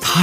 他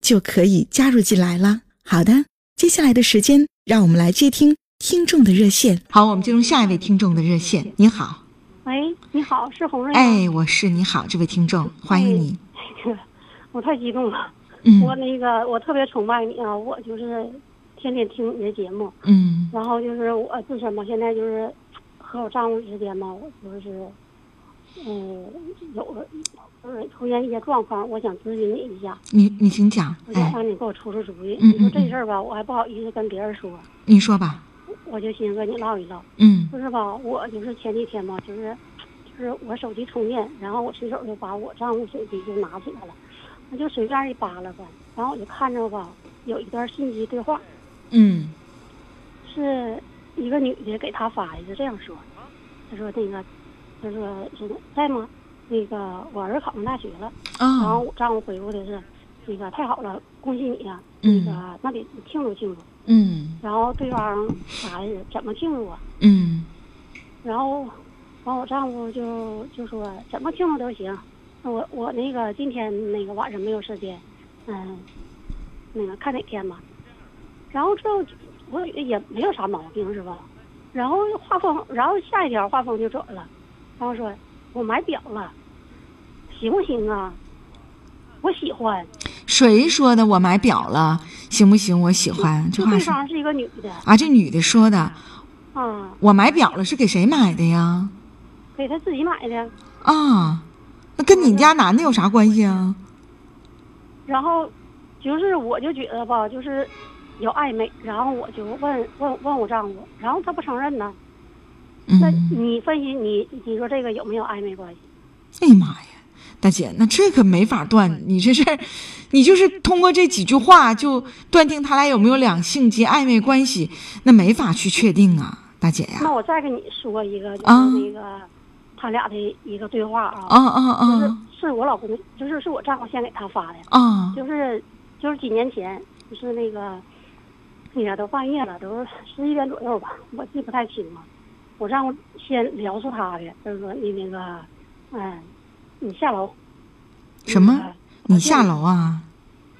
就可以加入进来了。好的，接下来的时间，让我们来接听听众的热线。好，我们进入下一位听众的热线。您好，喂，哎你好，是洪瑞吗？哎，我是你好，这位听众，欢迎你。 我太激动了，哎嗯我那个我特别崇拜你啊，我就是天天听你的节目，嗯然后就是我自身嘛，现在就是和我丈夫之间嘛，我就是嗯有了就是出现一些状况，我想咨询你一下，你你请讲，我想哎，让你给我出出主意。嗯你说嗯这嗯事儿吧，我还不好意思跟别人说，你说吧。我就寻思跟你唠一唠。嗯就是吧，我就是前几天嘛，就是就是我手机充电，然后我随手就把我丈夫手机就拿起来了，我就随便一扒拉呗，然后我就看着吧，有一段信息对话，嗯是一个女的给他发的，是这样说，她说那个，她说是在吗？那个我儿子考上大学了，然后哦我丈夫回复的是，那个太好了，恭喜你呀、那嗯个那得庆祝庆祝。嗯然后对方答的是怎么庆祝啊？嗯然后，完我丈夫就就说怎么庆祝都行。我我那个今天那个晚上没有时间，嗯，那个看哪天吧。然后之后我也没有啥毛病是吧？然后画风，然后下一条画风就转了，然后说我买表了，行不行啊？我喜欢，谁说的？我买表了，行不行？我喜欢这就话对是方是一个女的啊，这女的说的。啊，我买表了，是给谁买的呀？给她自己买的。啊，那跟你家男的有啥关系啊？然后就是我就觉得吧，就是有暧昧，然后我就问问问我丈夫，然后他不承认呢。那嗯，你分析你你说这个有没有暧昧关系？哎呀妈呀，大姐，那这可没法嗯断，你这事儿，你就是通过这几句话就断定他俩有没有两性及暧昧关系，那没法去确定啊，大姐呀、那我再跟你说一个，就是啊那个他俩的一个对话啊，啊啊就是啊是我老公，就是是我丈夫先给他发的，啊！就是就是几年前，就是那个那个都半夜了，都十一点左右吧，我记不太清了。我丈夫先聊出他的，就是说你那个，嗯，你下楼。什么那个你下楼啊？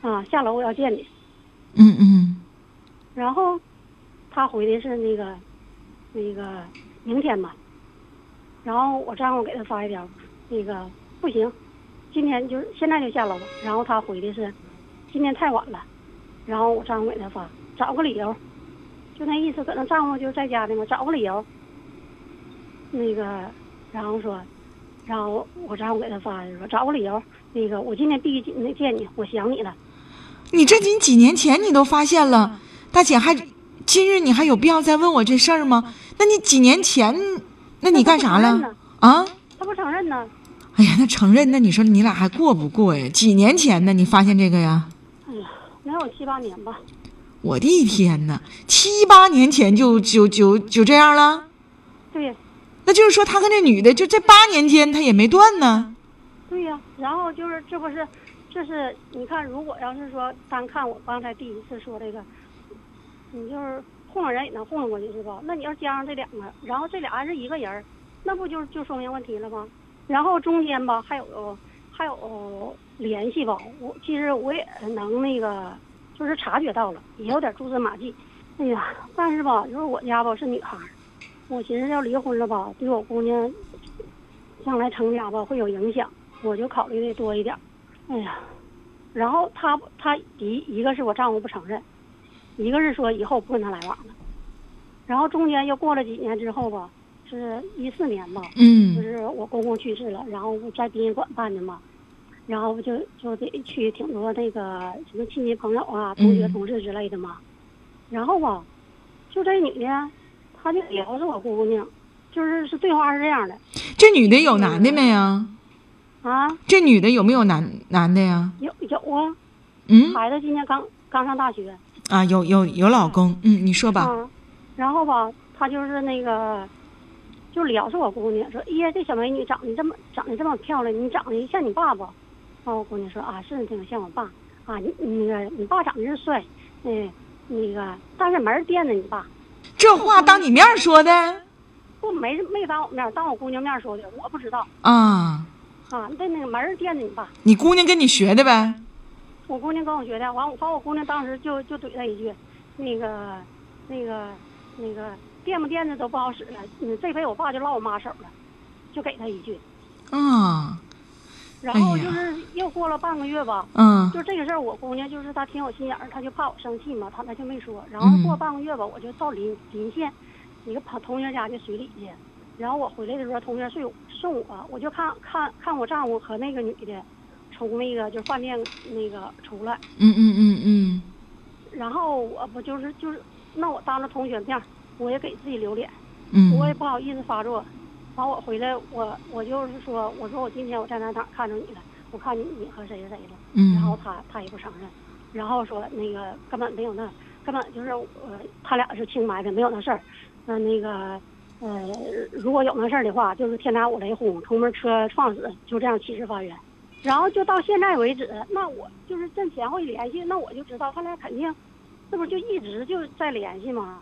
啊，下楼我要见你。嗯嗯然后他回的是那个那个明天吧。然后我丈夫给他发一条，那个不行，今天就是现在就下楼。然后他回的是今天太晚了。然后我丈夫给他发找个理由，就那意思，可能丈夫就在家呢嘛，找个理由。那个，然后说，然后我丈夫给他发的说找个理由，那个我今天必须那见你，我想你了。你这你几年前你都发现嗯了，大姐还今日你还有必要再问我这事儿吗？那你几年前，那你干啥他不承认了呢？啊？他不承认呢。哎呀，那承认，那你说你俩还过不过呀？几年前呢，你发现这个呀？哎呀，能有七八年吧。我的天呐，七八年前就就就就这样了，对，那就是说他跟这女的就这八年间他也没断呢。对呀、然后就是这不是，这是你看，如果要是说单看我刚才第一次说这个，你就是糊弄人也能糊弄过去是吧？那你要加上这两个，然后这俩还是一个人儿，那不就就说明问题了吗？然后中间吧还有还有联系吧，我其实我也能那个就是察觉到了，也有点蛛丝马迹。哎呀，但是吧，就是我家吧是女孩儿，我寻思要离婚了吧，对我姑娘将来成家吧会有影响，我就考虑的多一点儿。哎呀，然后他他一一个是我丈夫不承认，一个是说以后不跟他来往了。然后中间又过了几年之后吧，是一四年吧，就嗯是我公公去世了，然后在殡仪馆办的嘛，然后就就得去挺多那个什么亲戚朋友啊、同学嗯同事之类的嘛。然后吧，就这女的，她就聊着我姑娘，就是是对话是这样的这女的有男的没呀？啊，这女的有没有男男的呀？有有啊，嗯孩子今年刚刚上大学，啊，有有有老公。嗯，你说吧。嗯，然后吧，她就是那个，就聊是我姑娘说，哎呀，这小美女长得这么长得这么漂亮，你长得像你爸爸。啊，我姑娘说啊，是挺像我爸啊，你你那个你爸长得是帅，嗯，那个但是没人惦着你爸，这话当你面说的不没没当我面儿当我姑娘面儿说的，我不知道啊？啊，那那个没人惦着你爸。你姑娘跟你学的呗？我姑娘跟我学的，完我完我姑娘当时就就怼他一句，那个那个那个垫不垫的都不好使了，嗯，这回我爸就落我妈手了，就给他一句。啊，然后哎呀就是又过了半个月吧，嗯就这个事儿，我姑娘就是她挺有心眼儿，她就怕我生气嘛，她她就没说。然后嗯过半个月吧，我就到临临县一个朋同学家去随礼去，然后我回来的时候，同学睡送我，我就看看看我丈夫和那个女的从那个就饭店那个出来。嗯嗯嗯嗯，然后我不就是就是，那我当着同学面儿，我也给自己留脸，嗯，我也不好意思发作。完我回来，我我就是说，我说我今天我在哪哪看着你了，我看你你和谁谁谁了，然后嗯他他也不承认，然后说那个根本没有那，根本就是呃他俩是清白的，没有那事儿。那那个呃，如果有那事儿的话，就是天打五雷轰，出门车撞死，就这样七十发冤。然后就到现在为止，那我就是挣前后一联系，那我就知道他俩肯定，这不就一直就在联系吗？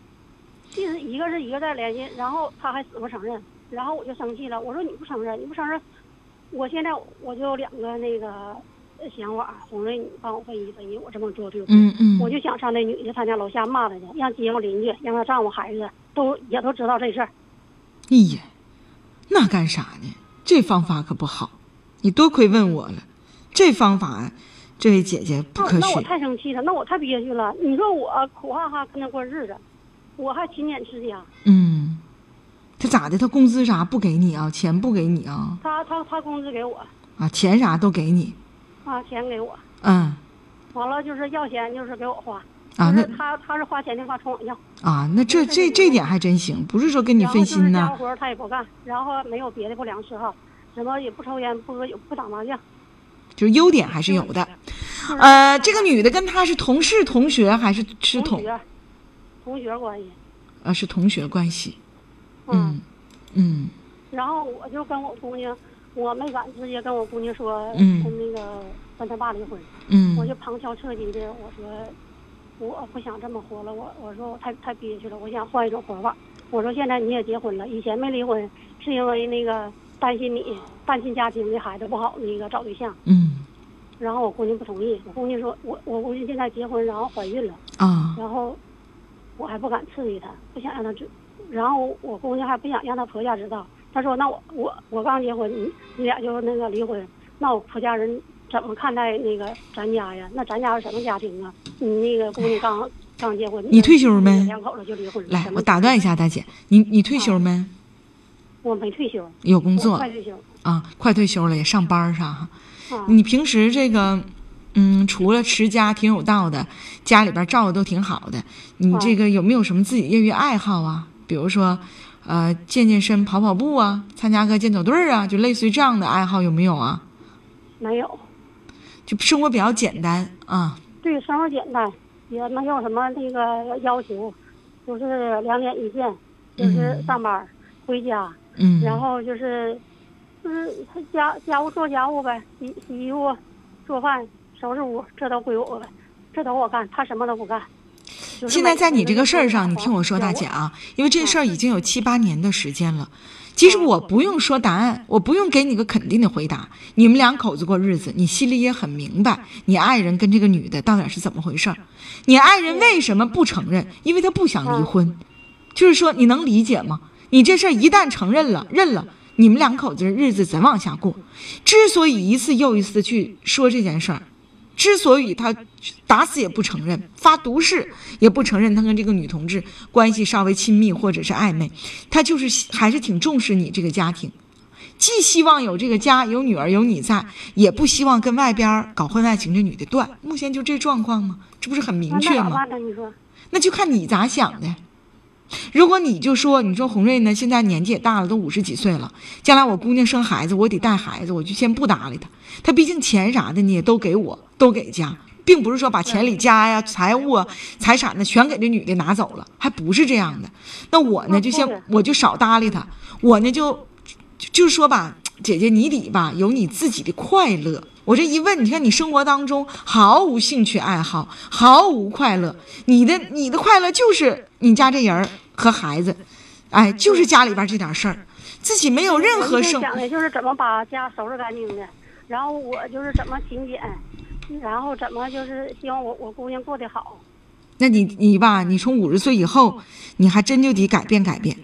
一直一个是一个在联系，然后他还死不承认，然后我就生气了，我说你不承认，你不承认，我现在我就有两个那个呃想法，红瑞你帮我分析分析，我这么做对不对？嗯嗯，我就想上那女的她家楼下骂她去，让街坊邻居，让她丈夫孩子都也都知道这事儿。哎呀，那干啥呢？这方法可不好，你多亏问我了。这方法，这位姐姐不那可啊那我取。太生气了，那我太憋屈了。你说我苦哈哈跟她过日子，我还勤俭持家，嗯，他咋的？他工资啥不给你啊？钱不给你啊？她她她工资给我啊，钱啥都给你。啊，钱给我，嗯完了就是要钱就是给我花，啊，就那是她她是花钱的话冲我要，啊，那这这这点还真行，不是说跟你然后分就是心家务呐。活儿她也不干，然后没有别的不良嗜好，什么也不抽烟不喝酒不打麻将，就是优点还是有的。就是呃，这个女的跟他是同事、同学还是是同同学同学关系，啊是同学关系？嗯嗯嗯然后我就跟我姑娘，我没敢直接跟我姑娘说，嗯跟那个跟他爸离婚，我嗯就旁敲侧击的我说，我不想这么活了，我我说我太太憋屈了，我想换一种活法。我说现在你也结婚了，以前没离婚是因为那个担心你单亲家庭的孩子不好那个找对象，嗯然后我姑娘不同意，我姑娘说我我姑娘现在结婚然后怀孕了，啊然后我还不敢刺激她，不想让她知，然后我姑娘还不想让她婆家知道。她说：“那我我我刚结婚，你你俩就那个离婚，那我婆家人怎么看待那个咱家呀？那咱家是什么家庭啊？你那个姑娘刚刚结婚，你退休没两口子就离婚了。来什，么我打断一，下大姐，你你退休没？我没退休，有工啊我作快退休啊？快退休了，也上班儿啥哈？啊。你平时这个，嗯，除了持家挺有道的，家里边儿照顾都挺好的，你啊这个有没有什么自己业余爱好啊？比如说，呃，健健身、跑跑步啊，参加个健走队儿啊，就类似于这样的爱好有没有啊？没有，就生活比较简单啊。对生活简单，也没有什么那个要求，就是两点一线，就是嗯上班儿回家。嗯，然后就是，就是他家家务做家务呗，洗洗衣服、做饭、收拾屋，这都归我了，这都我干，他什么都不干。就是现在在你这个事儿上，你听我嗯说，大姐，啊，因为这事儿已经有七八年的时间了。其实我不用说答案，我不用给你个肯定的回答。你们两口子过日子，你心里也很明白，你爱人跟这个女的到底是怎么回事儿。你爱人为什么不承认？因为他不想离婚。就是说，你能理解吗？你这事儿一旦承认了，认了，你们两口子日子怎往下过？之所以一次又一次地去说这件事儿，之所以他打死也不承认，发毒誓也不承认他跟这个女同志关系稍微亲密或者是暧昧，他就是还是挺重视你这个家庭，既希望有这个家有女儿有你在，也不希望跟外边搞婚外情这女的断。目前就这状况吗？这不是很明确那咋吗？办呢？你说，那就看你咋想的。如果你就说，你说红瑞呢，现在年纪也大了，都五十几岁了，将来我姑娘生孩子，我得带孩子，我就先不搭理她。她毕竟钱啥的你也都给我，都给家，并不是说把钱里家呀、财务啊、财产呢全给这女的拿走了，还不是这样的。那我呢，就先我就少搭理她，我呢就就就是说吧，姐姐你得吧有你自己的快乐。我这一问，你看你生活当中毫无兴趣爱好，毫无快乐。你的你的快乐就是你家这人儿和孩子，哎，就是家里边这点事儿，自己没有任我何一天生。想的就是怎么把家收拾干净的，然后我就是怎么勤俭，然后怎么就是希望我我姑娘过得好。那你你吧，你从五十岁以后，你还真就得改变改变，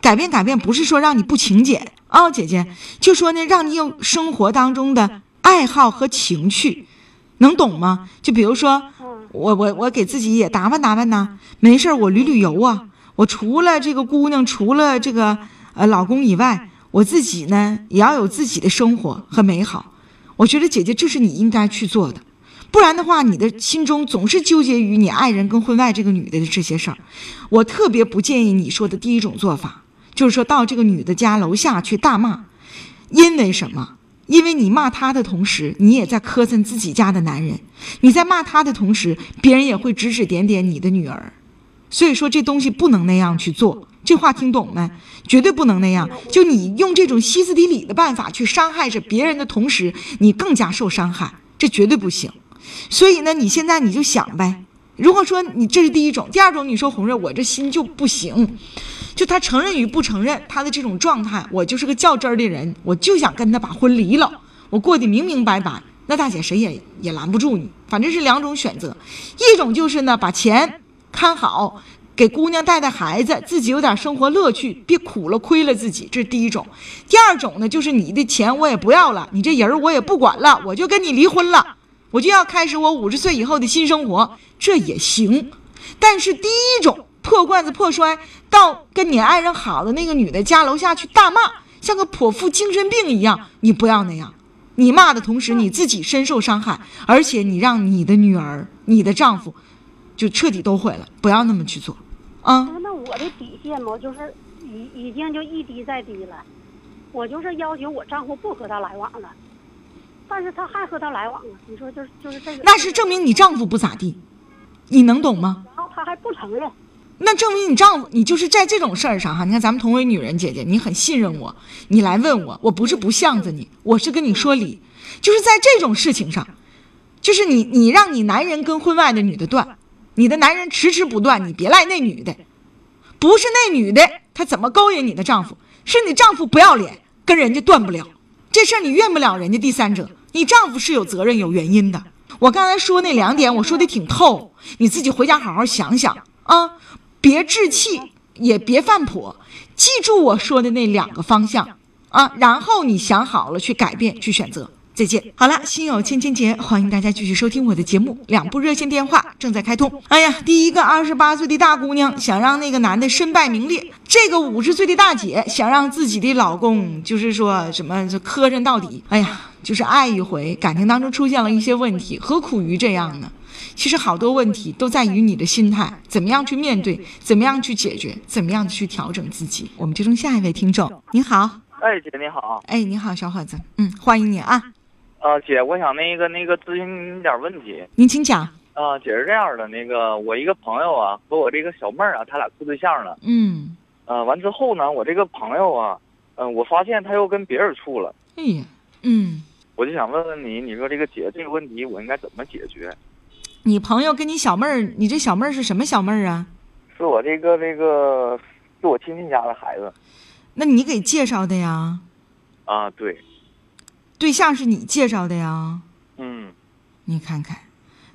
改变改变，不是说让你不勤俭啊、姐姐，就说呢，让你有生活当中的爱好和情趣，能懂吗？就比如说，嗯，我我我给自己也打扮打扮呐，没事儿我旅旅游啊。我除了这个姑娘，除了这个呃老公以外，我自己呢也要有自己的生活和美好。我觉得姐姐，这是你应该去做的，不然的话，你的心中总是纠结于你爱人跟婚外这个女的这些事儿。我特别不建议你说的第一种做法，就是说到这个女的家楼下去大骂，因为什么？因为你骂她的同时，你也在磕碜自己家的男人。你在骂她的同时，别人也会指指点点你的女儿。所以说这东西不能那样去做，这话听懂没？绝对不能那样。就你用这种歇斯底里的办法去伤害着别人的同时，你更加受伤害，这绝对不行。所以呢，你现在你就想呗。如果说你这是第一种，第二种你说红瑞，我这心就不行，就他承认与不承认他的这种状态，我就是个较真儿的人，我就想跟他把婚离了，我过得明明白白。那大姐谁也也拦不住你，反正是两种选择，一种就是呢把钱看好，给姑娘带带孩子，自己有点生活乐趣，别苦了亏了自己，这是第一种。第二种呢就是你的钱我也不要了，你这人儿我也不管了，我就跟你离婚了。我就要开始我五十岁以后的新生活，这也行。但是第一种破罐子破摔，到跟你爱人好的那个女的家楼下去大骂，像个泼妇精神病一样，你不要那样。你骂的同时，你自己深受伤害，而且你让你的女儿、你的丈夫就彻底都毁了，不要那么去做，啊、那那我的底线嘛，就是已已经就一低再低了，我就是要求我丈夫不和他来往了，但是他还和他来往啊。你说就是就是这个，那是证明你丈夫不咋地，你能懂吗？然后他还不承认。那证明你丈夫，你就是在这种事儿上哈。你看咱们同为女人，姐姐，你很信任我，你来问我，我不是不向着你，我是跟你说理，就是在这种事情上，就是你你让你男人跟婚外的女的断，你的男人迟迟不断，你别赖那女的，不是那女的她怎么勾引你的丈夫，是你丈夫不要脸，跟人家断不了，这事儿你怨不了人家第三者，你丈夫是有责任有原因的。我刚才说那两点，我说的挺透，你自己回家好好想想啊，别置气，也别犯泼，记住我说的那两个方向啊，然后你想好了去改变，去选择。再见。好了，心有千千结，欢迎大家继续收听我的节目。两部热线电话正在开通。哎呀，第一个二十八岁的大姑娘想让那个男的身败名裂，这个五十岁的大姐想让自己的老公就是说什么就磕碜到底。哎呀，就是爱一回，感情当中出现了一些问题，何苦于这样呢？其实好多问题都在于你的心态，怎么样去面对，怎么样去解决，怎么样去调整自己。我们接通下一位听众，你好，哎，姐你好，哎，你好，小伙子，嗯，欢迎你啊，呃，姐，我想那个那个咨询您点儿问题。您请讲。啊、姐是这样的，那个我一个朋友啊和我这个小妹儿啊，他俩处对象了。嗯，呃，完之后呢，我这个朋友啊，嗯、我发现他又跟别人处了。哎呀，嗯，我就想问问你，你说这个姐这个问题我应该怎么解决？你朋友跟你小妹儿，你这小妹儿是什么小妹儿啊？是我这个这个是我亲戚家的孩子那你给介绍的呀？啊、对，对象是你介绍的呀？嗯，你看看，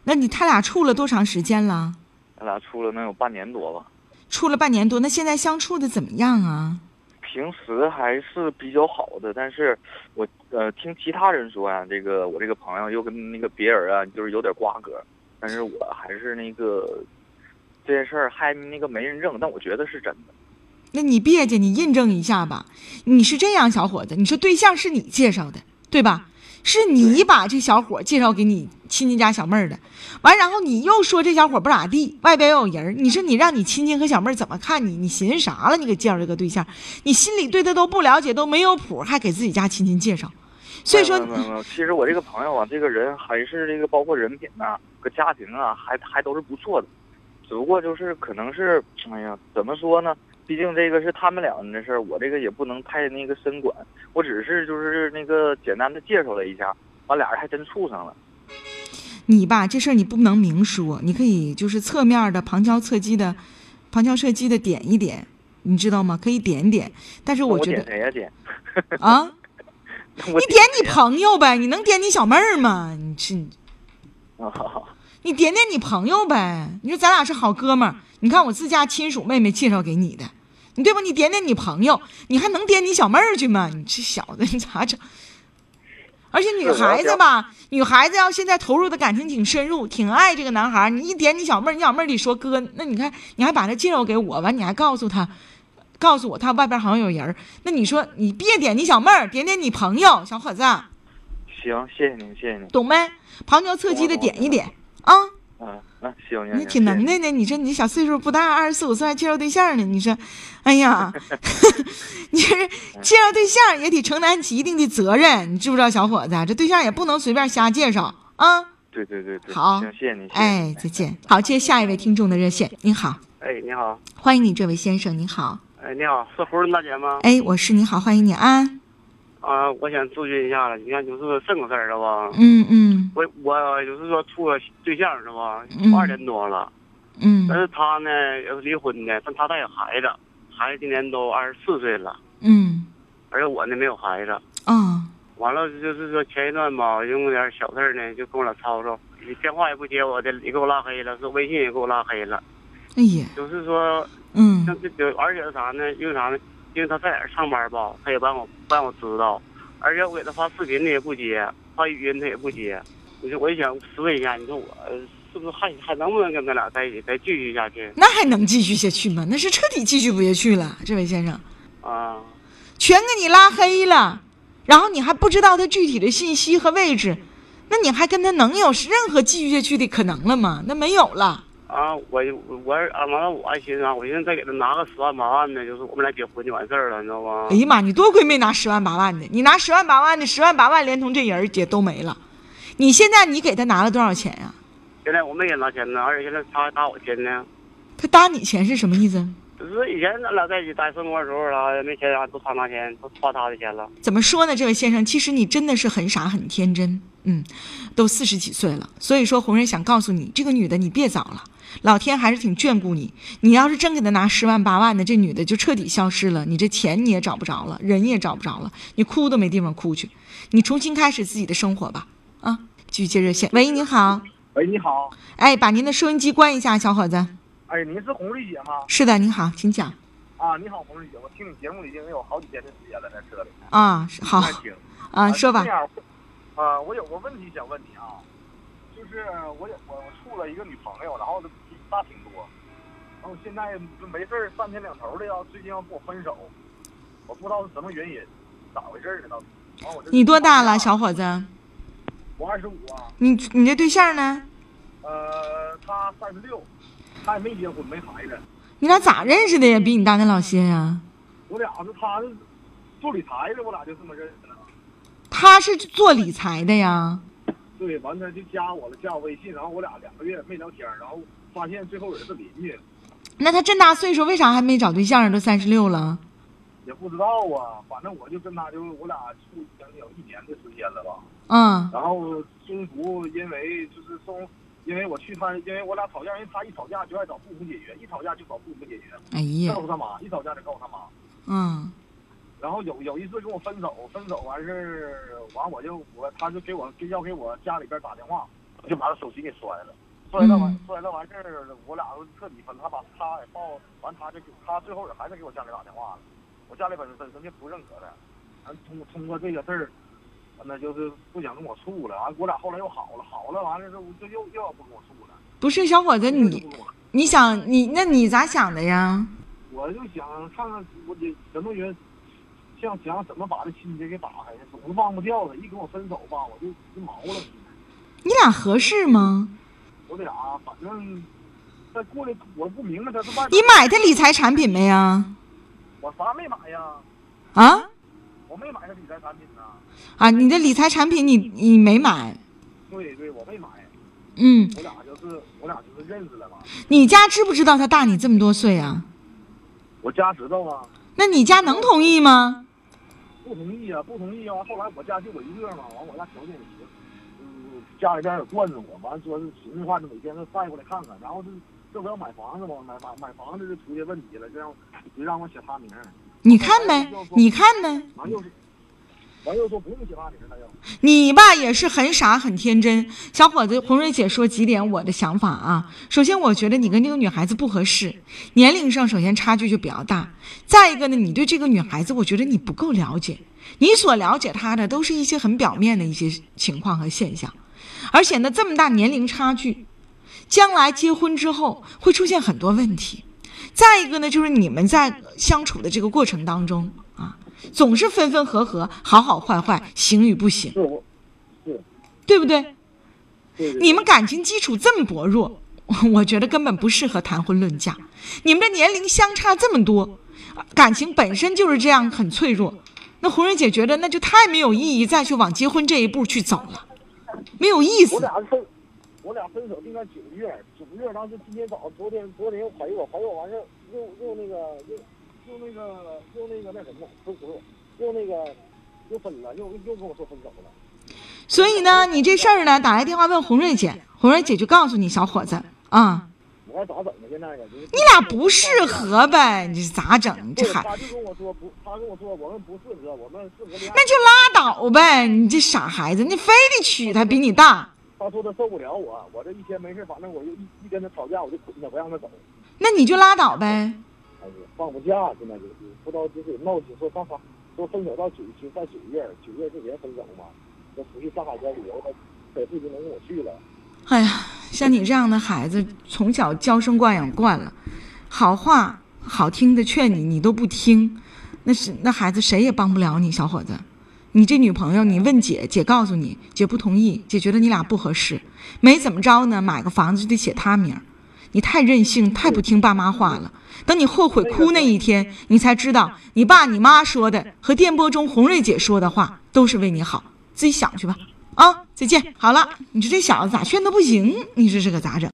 那你他俩处了多长时间了？他俩处了能有半年多吧，处了半年多，那现在相处的怎么样啊？平时还是比较好的，但是我呃听其他人说啊，这个我这个朋友又跟那个别人啊，就是有点瓜葛，但是我还是那个这件事儿还那个没人证，但我觉得是真的。那你别介，你印证一下吧。你是这样，小伙子，你说对象是你介绍的，对吧？是你把这小伙介绍给你亲戚家小妹儿的，完，然后你又说这小伙不咋地，外边又有人儿，你说你让你亲戚和小妹儿怎么看你？你寻思啥了？你给介绍这个对象，你心里对他都不了解，都没有谱，还给自己家亲戚介绍，所以说没有没有没有，其实我这个朋友啊，这个人还是这个包括人品呐、和家庭啊，还还都是不错的，只不过就是可能是，哎呀，怎么说呢？毕竟这个是他们俩的事儿，我这个也不能太那个深管，我只是就是那个简单的介绍了一下，完俩人还真处上了。你吧，这事儿你不能明说，你可以就是侧面的旁敲侧击的，旁敲侧击的点一点，你知道吗？可以点一点，但是那我觉点得谁呀、点？啊，我你点你谁呀朋友呗，你能点你小妹儿吗？你是啊，你点点你朋友呗，你说咱俩是好哥们儿，你看我自家亲属妹妹介绍给你的，你对吧？你点点你朋友，你还能点你小妹儿去吗？你这小子你咋整？而且女孩子吧，女孩子要现在投入的感情挺深入，挺爱这个男孩儿。你一点你小妹儿，你小妹儿得说哥，那你看你还把他介绍给我，完你还告诉他，告诉我他外边好像有人儿，那你说你别点你小妹儿，点点你朋友，小伙子，行，谢谢您，谢谢您。懂没？旁敲侧击的点一点啊。嗯，那行，行你挺能。行耐呢，你说你小岁数不大，二十四五岁还介绍对象呢，你说，哎 呀，你这介绍对象也得承担起一定的责任，你知不知道，小伙子？这对象也不能随便瞎介绍啊。对对对对，好行，谢谢您，谢谢哎您，再见。好，接下一位听众的热线。您好，哎，你好，欢迎你，这位先生，您好。哎，你好，是胡润大姐吗？哎，我是你好，欢迎你啊。啊、我想咨询一下了，你看就是这个事儿了吧？嗯嗯我我就是说处个对象是吧？嗯处二年多了，但嗯是他呢也是离婚的，但他带有孩子，孩子今年都二十四岁了，嗯而且我呢没有孩子。哦完了就是说前一段吧，因为点小事儿呢，就跟我俩吵吵，你电话也不接我的，也给我拉黑了，是微信也给我拉黑了，哎呀，就是说嗯像这就而且是啥呢？因为啥呢？因为他在哪儿上班吧，他也帮我帮我知道，而且我给他发视频他也不接，发语音他也不接。你说我就想询问一下，你说我呃是不是还还能不能跟他俩在一起再继续下去那还能继续下去吗？那是彻底继续不下去了，这位先生。啊？全给你拉黑了，然后你还不知道他具体的信息和位置，那你还跟他能有任何继续下去的可能了吗？那没有了。啊，我我我啊，完了我还寻思啊，我寻思再给他拿个十万八万的，就是我们俩结婚就完事儿了，你知道吗哎？呀妈，你多亏没拿十万八万的，你拿十万八万的，十万八万连同这人儿也都没了。你现在你给他拿了多少钱啊？现在我没给他拿钱呢，而且现在他还打我钱呢。他搭你钱是什么意思？只是以前咱俩在一起待生活的时候啥的，没钱啥都他拿钱，都花他的钱了。怎么说呢，这位先生，其实你真的是很傻很天真，嗯，都四十几岁了，所以说红人想告诉你，这个女的你别找了，老天还是挺眷顾你。你要是真给她拿十万八万的，这女的就彻底消失了，你这钱你也找不着了，人也找不着了，你哭都没地方哭去，你重新开始自己的生活吧，啊！继续接热线，喂，您好，喂，你好，哎，把您的收音机关一下，小伙子。哎，您是红瑞姐吗？是的，您好，请讲啊，你好，红瑞姐，我听你节目已经有好几天的时间了，在车里啊，是好在听。啊，说吧这，样，啊，我有个问题想问你啊，就是我有我我处了一个女朋友，然后她挺多，然后现在就没事儿三天两头的要最近要跟我分手，我不知道是什么原因，咋回事儿呢？到底？然后我就你多大了，小？伙子？我二十五啊，你你这对象呢？呃，她三十六，她也没结婚，没孩子。你俩咋认识的呀？比你大那老些呀、我俩是他是做理财的，我俩就这么认识的。他是做理财的呀。对，完他就加我了，加我微信，然后我俩两个月没聊天，然后发现最后也是邻居，那他这么大岁数，为啥还没找对象啊？都三十六了。也不知道啊。反正我就跟他就我俩处将近有一年的时间了吧。嗯然后中途因为就是中，因为我去他，因为我俩吵架，因为他一吵架就爱找父母解决，一吵架就找父母解决，哎呀告，诉他妈，一吵架就告诉他妈。嗯然后有有一次跟我分手，分手完事儿，完我就我他就给我给要给我家里边打电话，我就把他手机给摔了，摔了完嗯摔了完事儿，我俩都彻底分，他把他也抱完，他就给他最后也还是给我家里打电话了，我我家里本身本身就不认可他，完通过通过这个事儿，完了就是不想跟我处了，完我俩后来又好了，好了完了之后就又又要不跟我处了，不是小伙子，又你不跟我你想你那你咋想的呀？我就想看看我得什么原，像想怎么把这心结给打开，总是忘不掉他，一跟我分手吧，我就就毛了。你俩合适吗？我这俩反正，再过来我不明白他是外你面，买他理财产品没呀？我啥没买呀，啊我没买他理财产品呐。啊，你的理财产品你你没买？对对，我没买，嗯，我俩就是我俩就是认识了嘛。你家知不知道他大你这么多岁啊？我家知道啊，那你家能同意吗？不同意啊，不同意啊。后来我家就我一个嘛，完我家条件也行，嗯，家里边也惯着我，完说是寻思话就每天都带过来看看，然后是这不要买房子嘛，买房买房子就出现问题了，就让就让我写他名儿，你看呗，你看呗，完又是，完又说不用写他名儿了又。你吧也是很傻很天真。小伙子，红瑞姐说几点我的想法啊？首先，我觉得你跟这个女孩子不合适，年龄上首先差距就比较大。再一个呢，你对这个女孩子，我觉得你不够了解，你所了解她的都是一些很表面的一些情况和现象，而且呢，这么大年龄差距，将来结婚之后会出现很多问题。再一个呢，就是你们在相处的这个过程当中啊，总是分分合合，好好坏坏，行与不行。是我，对不对？对对对你们感情基础这么薄弱， 我觉得根本不适合谈婚论嫁。你们的年龄相差这么多，感情本身就是这样很脆弱。那胡瑞姐觉得那就太没有意义，再去往结婚这一步去走了，没有意思。我俩分，我俩分手定在九月，九月当时今天早上，昨天昨天又怀我，怀我完事儿又又那个又又那个又那个那什么，不是不是，又那个又分了，又又跟我说分手了。所以呢，你这事儿呢，打来电话问红瑞姐，红瑞姐就告诉你小伙子啊、我还咋整呢？现在呢？你你俩不适合呗，你咋整？这还他就跟我说不，他跟我说我们不适合，我们适合恋爱。那就拉倒呗，你这傻孩子，你非得娶她比你大。他说他受不了我，我这一天没事，反正我就一一跟他吵架，我就捆他，不让他走。那你就拉倒呗。哎呀，放不假，现在就是不知道就是闹起说上海，说分手到九就在九月，九月之前分手嘛，这出去上海边旅游，他北部就能跟我去了。哎呀，像你这样的孩子，从小娇生惯养惯了，好话好听的劝你，你都不听，那是那孩子谁也帮不了你，小伙子。你这女朋友，你问姐，姐告诉你，姐不同意，姐觉得你俩不合适，没怎么着呢，买个房子就得写她名儿，你太任性，太不听爸妈话了。等你后悔哭那一天，你才知道你爸你妈说的和电波中红瑞姐说的话都是为你好，自己想去吧。啊，再见。好了，你说这小子咋劝都不行，你说这可咋整？